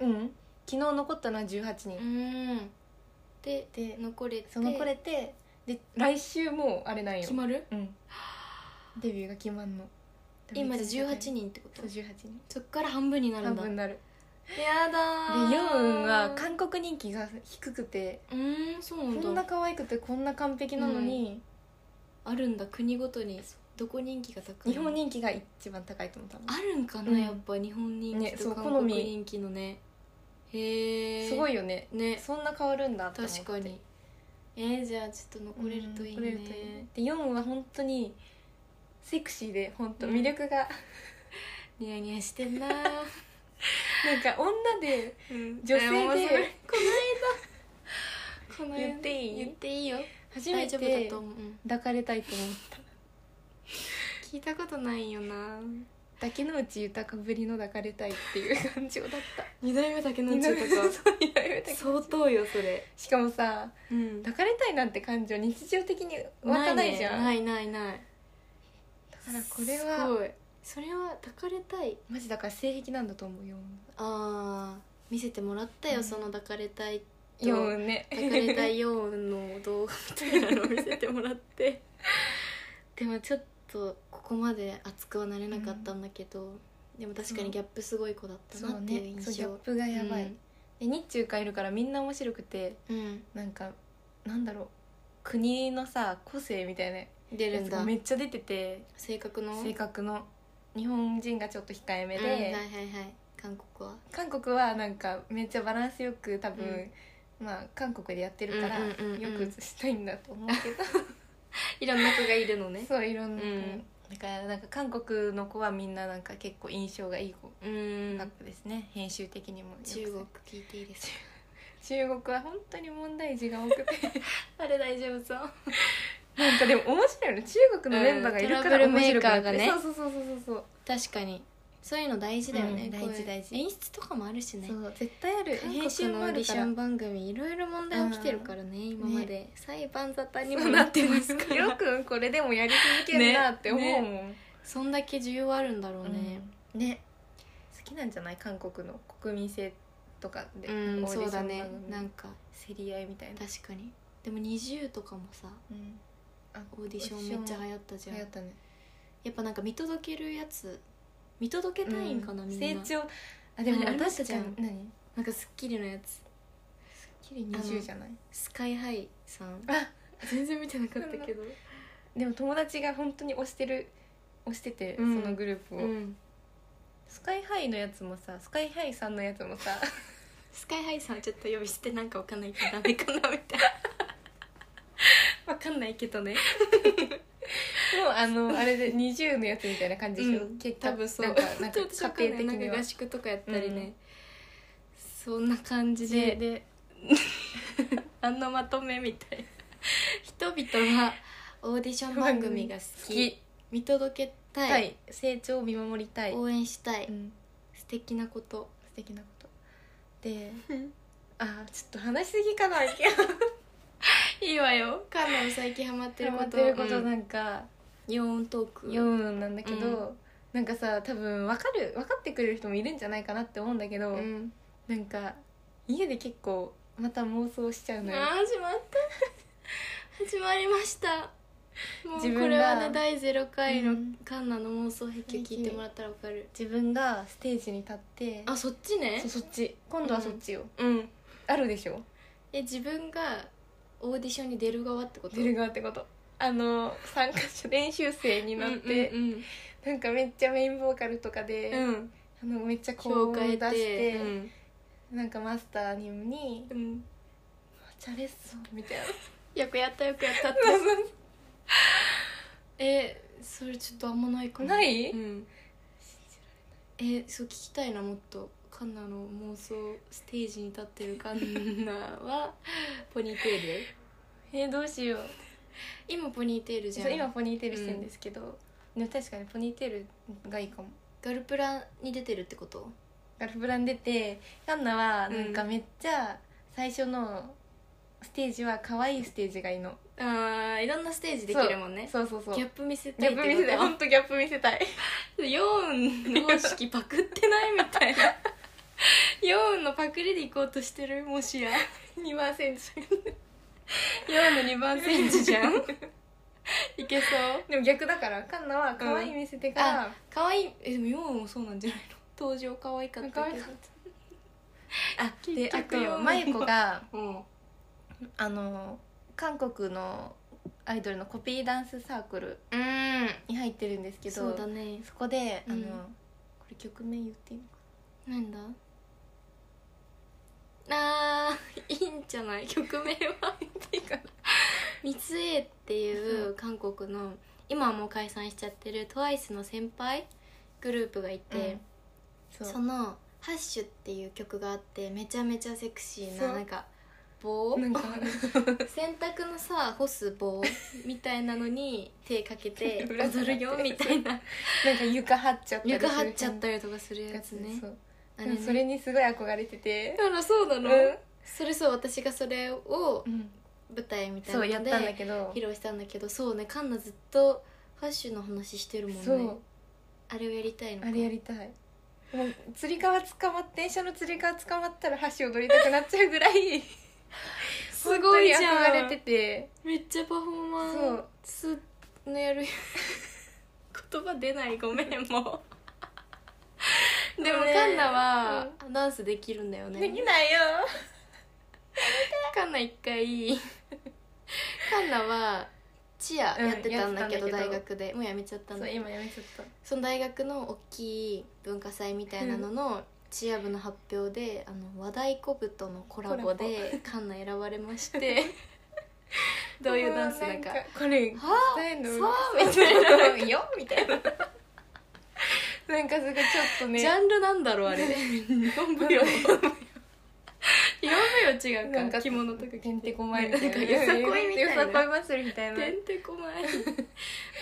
Speaker 2: うん昨日残ったのは18人、
Speaker 1: うんで
Speaker 2: で
Speaker 1: 残れて
Speaker 2: そのこれてで来週もうあれなんよ
Speaker 1: 決まる
Speaker 2: うんデビューが決まんの
Speaker 1: 今じゃ18人ってこ
Speaker 2: そ
Speaker 1: と
Speaker 2: う18人
Speaker 1: そっから半分になる
Speaker 2: 半
Speaker 1: んだ
Speaker 2: 分になる
Speaker 1: やだー
Speaker 2: でヨンウンは韓国人気が低くて
Speaker 1: うーんそう
Speaker 2: こん
Speaker 1: な
Speaker 2: なん
Speaker 1: だ
Speaker 2: 可愛くてこんな完璧なのに、
Speaker 1: あるんだ国ごとにどこ人気が高いの
Speaker 2: 日本人気が一番高いと思ったの
Speaker 1: あるんかな、
Speaker 2: うん
Speaker 1: やっぱ日本人気
Speaker 2: ねそ
Speaker 1: と
Speaker 2: う
Speaker 1: 韓
Speaker 2: 好み
Speaker 1: 国人気のねへえ
Speaker 2: すごいよね
Speaker 1: ね
Speaker 2: そんな変わるんだって思って
Speaker 1: 確かにえー、じゃあちょっと残れるといい
Speaker 2: うん
Speaker 1: ね、
Speaker 2: 来れるといいねでヨンウンは本当にセクシーで本当魅力が、
Speaker 1: ニヤニヤして んな、
Speaker 2: なんか女で
Speaker 1: 女性
Speaker 2: あ面白い
Speaker 1: で この間この間
Speaker 2: 言っていい
Speaker 1: 言っていいよ
Speaker 2: 初め
Speaker 1: 大丈夫だ
Speaker 2: て
Speaker 1: と思う、うん
Speaker 2: 抱かれたいと思っ
Speaker 1: 聞いたことないよな
Speaker 2: 竹野内豊ぶりの抱かれたいっていう感情だった
Speaker 1: 二代目竹野
Speaker 2: 二
Speaker 1: 内
Speaker 2: 代 目
Speaker 1: 豊
Speaker 2: そう二代目竹
Speaker 1: 相当よそれ
Speaker 2: しかもさ
Speaker 1: うん
Speaker 2: 抱かれたいなんて感情日常的に湧かないじゃん、
Speaker 1: ないねないないない
Speaker 2: だからこれ
Speaker 1: す
Speaker 2: は
Speaker 1: ごいそれは抱かれたい
Speaker 2: マジだから性癖なんだと思うよ
Speaker 1: あー見せてもらったよ、
Speaker 2: うん
Speaker 1: その抱かれたい と
Speaker 2: ようね
Speaker 1: 抱かれたいようの動画みたいなのを見せてもらって でもちょっとここまで熱くはなれなかったんだけど、でも確かにギャップすごい子だった
Speaker 2: そ
Speaker 1: な
Speaker 2: う
Speaker 1: っていう
Speaker 2: ねそう
Speaker 1: 印
Speaker 2: ギャ
Speaker 1: 象
Speaker 2: ップがやばい、で日中がいるからみんな面白くて
Speaker 1: うん、
Speaker 2: なんかなんだろう国のさ個性みたいなや
Speaker 1: うん出るん
Speaker 2: つが
Speaker 1: だ
Speaker 2: めっちゃ出てて
Speaker 1: 性格の
Speaker 2: 性格の日本人がちょっと控えめで、
Speaker 1: うんはいはいはい韓国は
Speaker 2: 韓国はなんかめっちゃバランスよく多分、
Speaker 1: うん
Speaker 2: まあ韓国でやってるから
Speaker 1: うんうんうんうん
Speaker 2: よく映したいんだと思うけど、
Speaker 1: いろんな子がいるのね
Speaker 2: そういろんな、
Speaker 1: うん
Speaker 2: だからなんか韓国の子はみんななんか結構印象がいい子
Speaker 1: うん
Speaker 2: 韓国ですね、編集的にもよく
Speaker 1: 中国聞いていいですよ
Speaker 2: 中国は本当に問題児が多くて
Speaker 1: あれ大丈夫そう
Speaker 2: なんかでも面白いの中国のメンバーがいる
Speaker 1: うんトラ
Speaker 2: か
Speaker 1: ブ
Speaker 2: ら
Speaker 1: ル
Speaker 2: 面
Speaker 1: メー
Speaker 2: 白く
Speaker 1: カ
Speaker 2: な
Speaker 1: ー
Speaker 2: っ
Speaker 1: が
Speaker 2: て、
Speaker 1: ね
Speaker 2: そうそうそうそうそうそう
Speaker 1: 確かにそういうの大事だよね、
Speaker 2: うん
Speaker 1: こういう
Speaker 2: 大事大事
Speaker 1: 演出とかもあるしね
Speaker 2: そう絶対ある
Speaker 1: 編
Speaker 2: 編
Speaker 1: 集
Speaker 2: 集
Speaker 1: も
Speaker 2: も
Speaker 1: あ
Speaker 2: あ
Speaker 1: る
Speaker 2: る
Speaker 1: かオーディシ
Speaker 2: から
Speaker 1: ョ
Speaker 2: ら
Speaker 1: ン番組いろいろ問題起きてるからね、今まで、裁判沙汰にも
Speaker 2: そう
Speaker 1: なってますか
Speaker 2: よ
Speaker 1: ら
Speaker 2: くこれでもやり続けるなって思うもん、
Speaker 1: そんだけ需要あるんだろうね、
Speaker 2: うんね好きなんじゃない韓国の国民性とかで、
Speaker 1: うん
Speaker 2: オーディショ
Speaker 1: そう
Speaker 2: ン
Speaker 1: だね
Speaker 2: 番組
Speaker 1: なんか
Speaker 2: 競り合いみたいな、
Speaker 1: 確かにでも NiziU とかもさ
Speaker 2: うん、あ
Speaker 1: オーディションめっちゃ流行ったじゃん
Speaker 2: 流
Speaker 1: や
Speaker 2: 行ったね
Speaker 1: っぱなんか見届けるやつ見届けたいんかな、
Speaker 2: う
Speaker 1: みんな
Speaker 2: 成長あでも
Speaker 1: あれありました
Speaker 2: 私たちは
Speaker 1: じゃん
Speaker 2: 何
Speaker 1: なんか『スッキリ』のやつ
Speaker 2: キリ20じゃない
Speaker 1: スカイハイさん
Speaker 2: あ
Speaker 1: 全然見てなかった けど、
Speaker 2: でも友達が本当に推してる推してて、
Speaker 1: うん
Speaker 2: そのグループを、
Speaker 1: うん、
Speaker 2: スカイハイのやつもさスカイハイさんのやつもさ
Speaker 1: スカイハイさんちょっと呼び捨てなんかわかんないけどダメかなみたいなわかんないけどね
Speaker 2: もうあのあれで20のやつみたいな感じでし
Speaker 1: う
Speaker 2: ょ、
Speaker 1: ん
Speaker 2: 結果
Speaker 1: 多分そう
Speaker 2: なん
Speaker 1: 本
Speaker 2: かなんか
Speaker 1: 当に私わかん
Speaker 2: 家
Speaker 1: な
Speaker 2: 庭
Speaker 1: い
Speaker 2: 的
Speaker 1: なん
Speaker 2: に
Speaker 1: か
Speaker 2: は
Speaker 1: 合宿とかやったり
Speaker 2: う
Speaker 1: ね
Speaker 2: ん、
Speaker 1: そんな感じで
Speaker 2: で
Speaker 1: あのまとめみたいな人々はオーディション番組が好
Speaker 2: 好
Speaker 1: き
Speaker 2: き
Speaker 1: 見届けたい、
Speaker 2: はい、成長を見守りたい、
Speaker 1: 応援したい、
Speaker 2: うん、
Speaker 1: 素敵なこと
Speaker 2: 素敵なこと であーちょっと話しすぎかなハ
Speaker 1: いいわよカンナも最近ハマってる
Speaker 2: マ
Speaker 1: こ
Speaker 2: っ
Speaker 1: と
Speaker 2: てること
Speaker 1: うん
Speaker 2: なんか、
Speaker 1: ヨーントーク
Speaker 2: 四なんだけど、
Speaker 1: う
Speaker 2: なんかさ多分分かる分かってくれる人もいるんじゃないかなって思うんだけど、
Speaker 1: うん、
Speaker 2: なんか家で結構また妄想しちゃう
Speaker 1: あー
Speaker 2: の
Speaker 1: 始
Speaker 2: よ
Speaker 1: まった 始まりましたも
Speaker 2: 自
Speaker 1: う
Speaker 2: 分が
Speaker 1: これはね第0回の
Speaker 2: うん
Speaker 1: カンナの妄想癖聞いてもらったらわかる
Speaker 2: 自分がステージに立って
Speaker 1: あそっちね
Speaker 2: そうそっち今度はそっちよ、
Speaker 1: うん
Speaker 2: あるでしょ
Speaker 1: え自分がオーディションに出る側ってこと
Speaker 2: 出る側ってことあの参加者練習生になって、
Speaker 1: うんうん
Speaker 2: なんかめっちゃメインボーカルとかで、
Speaker 1: うんうん
Speaker 2: あのめっちゃ高
Speaker 1: 評
Speaker 2: 音
Speaker 1: 価
Speaker 2: 出
Speaker 1: 得
Speaker 2: してて、
Speaker 1: うん
Speaker 2: なんかマスターにに
Speaker 1: うん
Speaker 2: 「チャレッソ」みたいな
Speaker 1: よくやったよくやったって えそれちょっとあんまないかも
Speaker 2: ない
Speaker 1: うんえそう聞きたいなもっとカンナの妄想ステージに立ってるカンナは ポニーテール
Speaker 2: えーどうしよう
Speaker 1: 今ポニーテールじゃ
Speaker 2: そうん今ポニーテールしてるんですけど、でも確かにポニーテールがいいかも
Speaker 1: ガルプラに出てるってこと
Speaker 2: ガルプラン出てカンナはなんか
Speaker 1: うん
Speaker 2: めっちゃ最初のステージは可愛いステージがいいの
Speaker 1: あーいろんなステージできるもんね
Speaker 2: そうそうそう
Speaker 1: ギ
Speaker 2: ギ
Speaker 1: ャ
Speaker 2: ャ
Speaker 1: ップ見せたいっ
Speaker 2: ッ
Speaker 1: てこ
Speaker 2: プ
Speaker 1: と
Speaker 2: 見せたい本当ギャップ見せたい
Speaker 1: ヨウンの式パクってないみた いなヨウンのパクリで行こうとしてるもしや
Speaker 2: 2万セ ンチ
Speaker 1: ヨウンの2番センチじゃ んいけそう
Speaker 2: でも逆だからカンナは可愛い見せてから、
Speaker 1: 可愛いえでもヨウンもそうなんじゃないの登場可愛かったけど
Speaker 2: 可愛かあ
Speaker 1: 結
Speaker 2: であ
Speaker 1: 局よ
Speaker 2: とマユコが
Speaker 1: うん
Speaker 2: あの韓国のアイドルのコピーダンスサークル
Speaker 1: うん
Speaker 2: に入ってるんですけど
Speaker 1: そうだね
Speaker 2: そこであの、
Speaker 1: うん
Speaker 2: これ曲名言っていいの
Speaker 1: なんだあーいいんじゃない曲名は三つ A っていう韓国の今はもう解散しちゃってる TWICE の先輩グループがいて、
Speaker 2: そう
Speaker 1: その「ハッシュっていう曲があってめちゃめちゃセクシー
Speaker 2: そ
Speaker 1: な
Speaker 2: う
Speaker 1: なんか棒
Speaker 2: なんか
Speaker 1: 洗濯のさ干す棒みたいなの に手かけて
Speaker 2: ぶら下がっ
Speaker 1: 踊
Speaker 2: て
Speaker 1: るよみたいな
Speaker 2: なんか床張っちゃったり する
Speaker 1: 床張っちゃったりとかするやつね
Speaker 2: そう
Speaker 1: あ
Speaker 2: でも
Speaker 1: ね
Speaker 2: それにすごい憧れてて
Speaker 1: あらそうな
Speaker 2: う
Speaker 1: の、
Speaker 2: ん
Speaker 1: それそう私がそれを舞台みたい
Speaker 2: そう
Speaker 1: な
Speaker 2: やっ
Speaker 1: の
Speaker 2: たんだ
Speaker 1: で
Speaker 2: けど
Speaker 1: 披露したんだけどそうねカンナずっとファッションの話してるもん
Speaker 2: そ
Speaker 1: ね
Speaker 2: う
Speaker 1: あれをやりたいの
Speaker 2: あ
Speaker 1: か
Speaker 2: れやりたいもう釣り革捕まって電車の釣り革捕まったら箸踊りたくなっちゃうぐらい
Speaker 1: すごいじゃ
Speaker 2: 本当に憧
Speaker 1: ん
Speaker 2: れてて
Speaker 1: めっちゃパフォーマンスのやる言葉出ないごめんもう でも
Speaker 2: ごめん
Speaker 1: カンナはダンスできるんだよね
Speaker 2: できないよ
Speaker 1: カンナ一回 カンナはチアやってたんだけど,、大
Speaker 2: うんやってたんだけ
Speaker 1: 学でもうやめちゃったん
Speaker 2: そ
Speaker 1: だ
Speaker 2: う
Speaker 1: けど
Speaker 2: 今やめちゃった
Speaker 1: その大学の大きい文化祭みたいなののチア部の発表であの和太鼓部とのコラボでカンナ選ばれまして どういうダンスだか
Speaker 2: もうこれ
Speaker 1: 「は
Speaker 2: 伝えんの
Speaker 1: そうみたいな
Speaker 2: なよみたいななんかすごいちょっとね
Speaker 1: ジャンルなんだろうあれ 日本舞踊日本舞踊違うか
Speaker 2: なんか
Speaker 1: 着物とか着
Speaker 2: てんてこまいみたいな
Speaker 1: ねなんかよさこいみたいな
Speaker 2: よさこい祭りみたいな
Speaker 1: て
Speaker 2: や
Speaker 1: んてこま い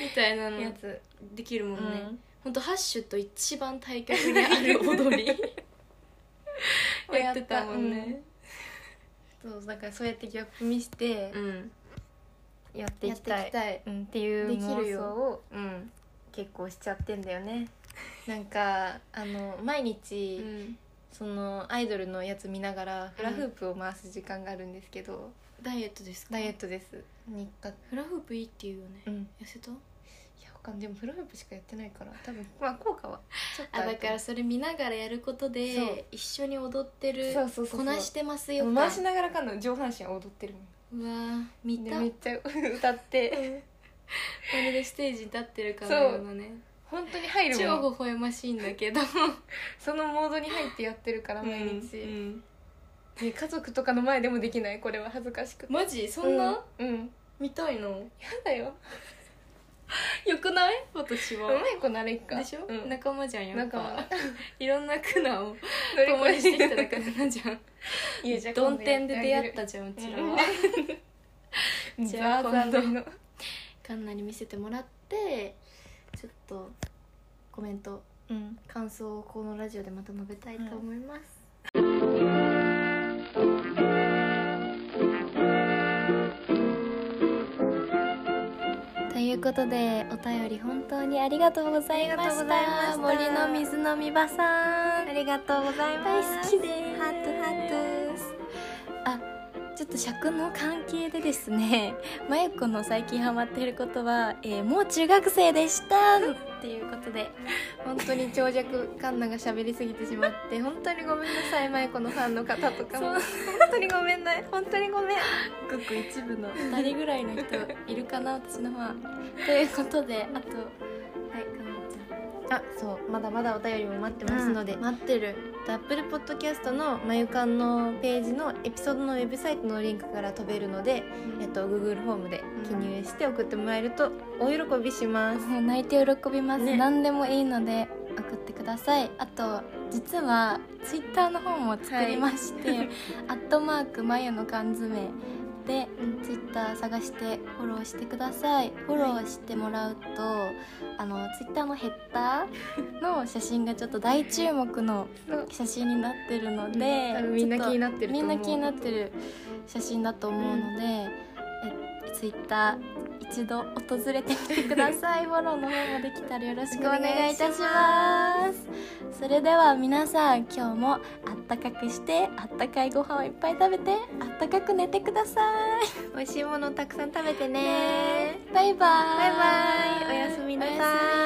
Speaker 1: みたいなの
Speaker 2: つ、
Speaker 1: できるもんね、
Speaker 2: うん
Speaker 1: ほんとハッシュと一番対極にある踊 りやってたもんね
Speaker 2: そうだからそうやってギャップ見して
Speaker 1: うん
Speaker 2: やってい
Speaker 1: やっ
Speaker 2: き
Speaker 1: て
Speaker 2: たい
Speaker 1: いきたい
Speaker 2: うん、っていう
Speaker 1: できる
Speaker 2: 妄
Speaker 1: よ
Speaker 2: 想を
Speaker 1: うん
Speaker 2: 結構しちゃってんだよねなんかあの毎
Speaker 1: う
Speaker 2: 日、
Speaker 1: ん
Speaker 2: そのアイドルのやつ見ながらフラフープを回す時間があるんですけど、
Speaker 1: ダイエットですか
Speaker 2: ダイエットです日課
Speaker 1: フラフープいいっていうよね、
Speaker 2: うん
Speaker 1: 痩せた
Speaker 2: いや他でもフラフープしかやってないから 多分まあ効果はちょっと
Speaker 1: あだ
Speaker 2: ると
Speaker 1: からそれ見ながらやること
Speaker 2: そう
Speaker 1: で一緒に踊ってる
Speaker 2: そうそうそうそう
Speaker 1: こなしてますよ
Speaker 2: もう
Speaker 1: 感
Speaker 2: 回しながらかんの上半身は踊ってるもん
Speaker 1: うわー見
Speaker 2: で
Speaker 1: た
Speaker 2: めっちゃ歌って
Speaker 1: まるでステージに立ってるかのようなね
Speaker 2: 本当に入るもん
Speaker 1: 超微笑ましいんだけ ど
Speaker 2: そのモードに入ってやってるから毎日、
Speaker 1: うんうん
Speaker 2: ね家族とかの前でもできないこれは恥ずかしくて
Speaker 1: マジそんな、
Speaker 2: うん、うん
Speaker 1: 見たいの
Speaker 2: やだよ
Speaker 1: よくない私
Speaker 2: う
Speaker 1: は
Speaker 2: まい子なれっか
Speaker 1: でしょ、
Speaker 2: うん、
Speaker 1: 仲間じゃんや
Speaker 2: な
Speaker 1: っ
Speaker 2: んか
Speaker 1: ぱいろんな苦難を
Speaker 2: 乗
Speaker 1: 共にしてきた
Speaker 2: だ
Speaker 1: 仲間じゃん
Speaker 2: いやじゃあ
Speaker 1: ど
Speaker 2: 今
Speaker 1: ん
Speaker 2: 度や
Speaker 1: 天で出会ったじゃんうちらは
Speaker 2: うん
Speaker 1: じゃあ
Speaker 2: ザーザー乗りの
Speaker 1: カンナに見せてもらってちょっとコメント
Speaker 2: うん
Speaker 1: 感想をこのラジオでまた述べたいと思います、ということでお便り本当にありがとうございました
Speaker 2: ありがとうございました
Speaker 1: 森の水飲み場さん
Speaker 2: ありがとうござ
Speaker 1: 大
Speaker 2: いま
Speaker 1: 好
Speaker 2: す
Speaker 1: きですハートハートですあちょっと尺の関係でですね まゆこの最近ハマっていることは、えーもう中学生でしたっていうことで
Speaker 2: 本当に長尺カンナが喋りすぎてしまって本当にごめんなさいマイコのファンの方とかも
Speaker 1: そう
Speaker 2: 本当にごめんない本当にごめん
Speaker 1: ごく一部の2人ぐらいの人いるかな私のファンということであとはいかのんちゃん
Speaker 2: あそうまだまだお便りも待ってますので、
Speaker 1: うん待ってる
Speaker 2: アップルポッドキャストのまゆかんのページのエピソードのウェブサイトのリンクから飛べるので、えっと、Google フォームで記入して送ってもらえると大喜びします、
Speaker 1: もう泣いて喜びます、
Speaker 2: ね
Speaker 1: 何でもいいので送ってくださいあと実はツイッターの方も作りまして「アットマークまゆの缶詰」で
Speaker 2: うん
Speaker 1: ツイッター探してフォローしてくださいフォローしてもらうとあのツイッターのヘッダーの写真がちょっと大注目の
Speaker 2: そう
Speaker 1: 写真になってるので、
Speaker 2: 多分みんな
Speaker 1: ちょっと
Speaker 2: 気になってると
Speaker 1: み
Speaker 2: 思うん
Speaker 1: な気になってる写真だと思うので、えツイッター一度訪れてみてくだ さいフォローの方もできたらよろしくお願いいたしますそれでは皆さん今日もあったかくしてあったかいご飯をいっぱい食べてあったかく寝てくださ
Speaker 2: 美味しいものをたくさん食べて
Speaker 1: い
Speaker 2: ね
Speaker 1: バイバ
Speaker 2: バイバイ
Speaker 1: イ
Speaker 2: おやすみなさい
Speaker 1: おやすみ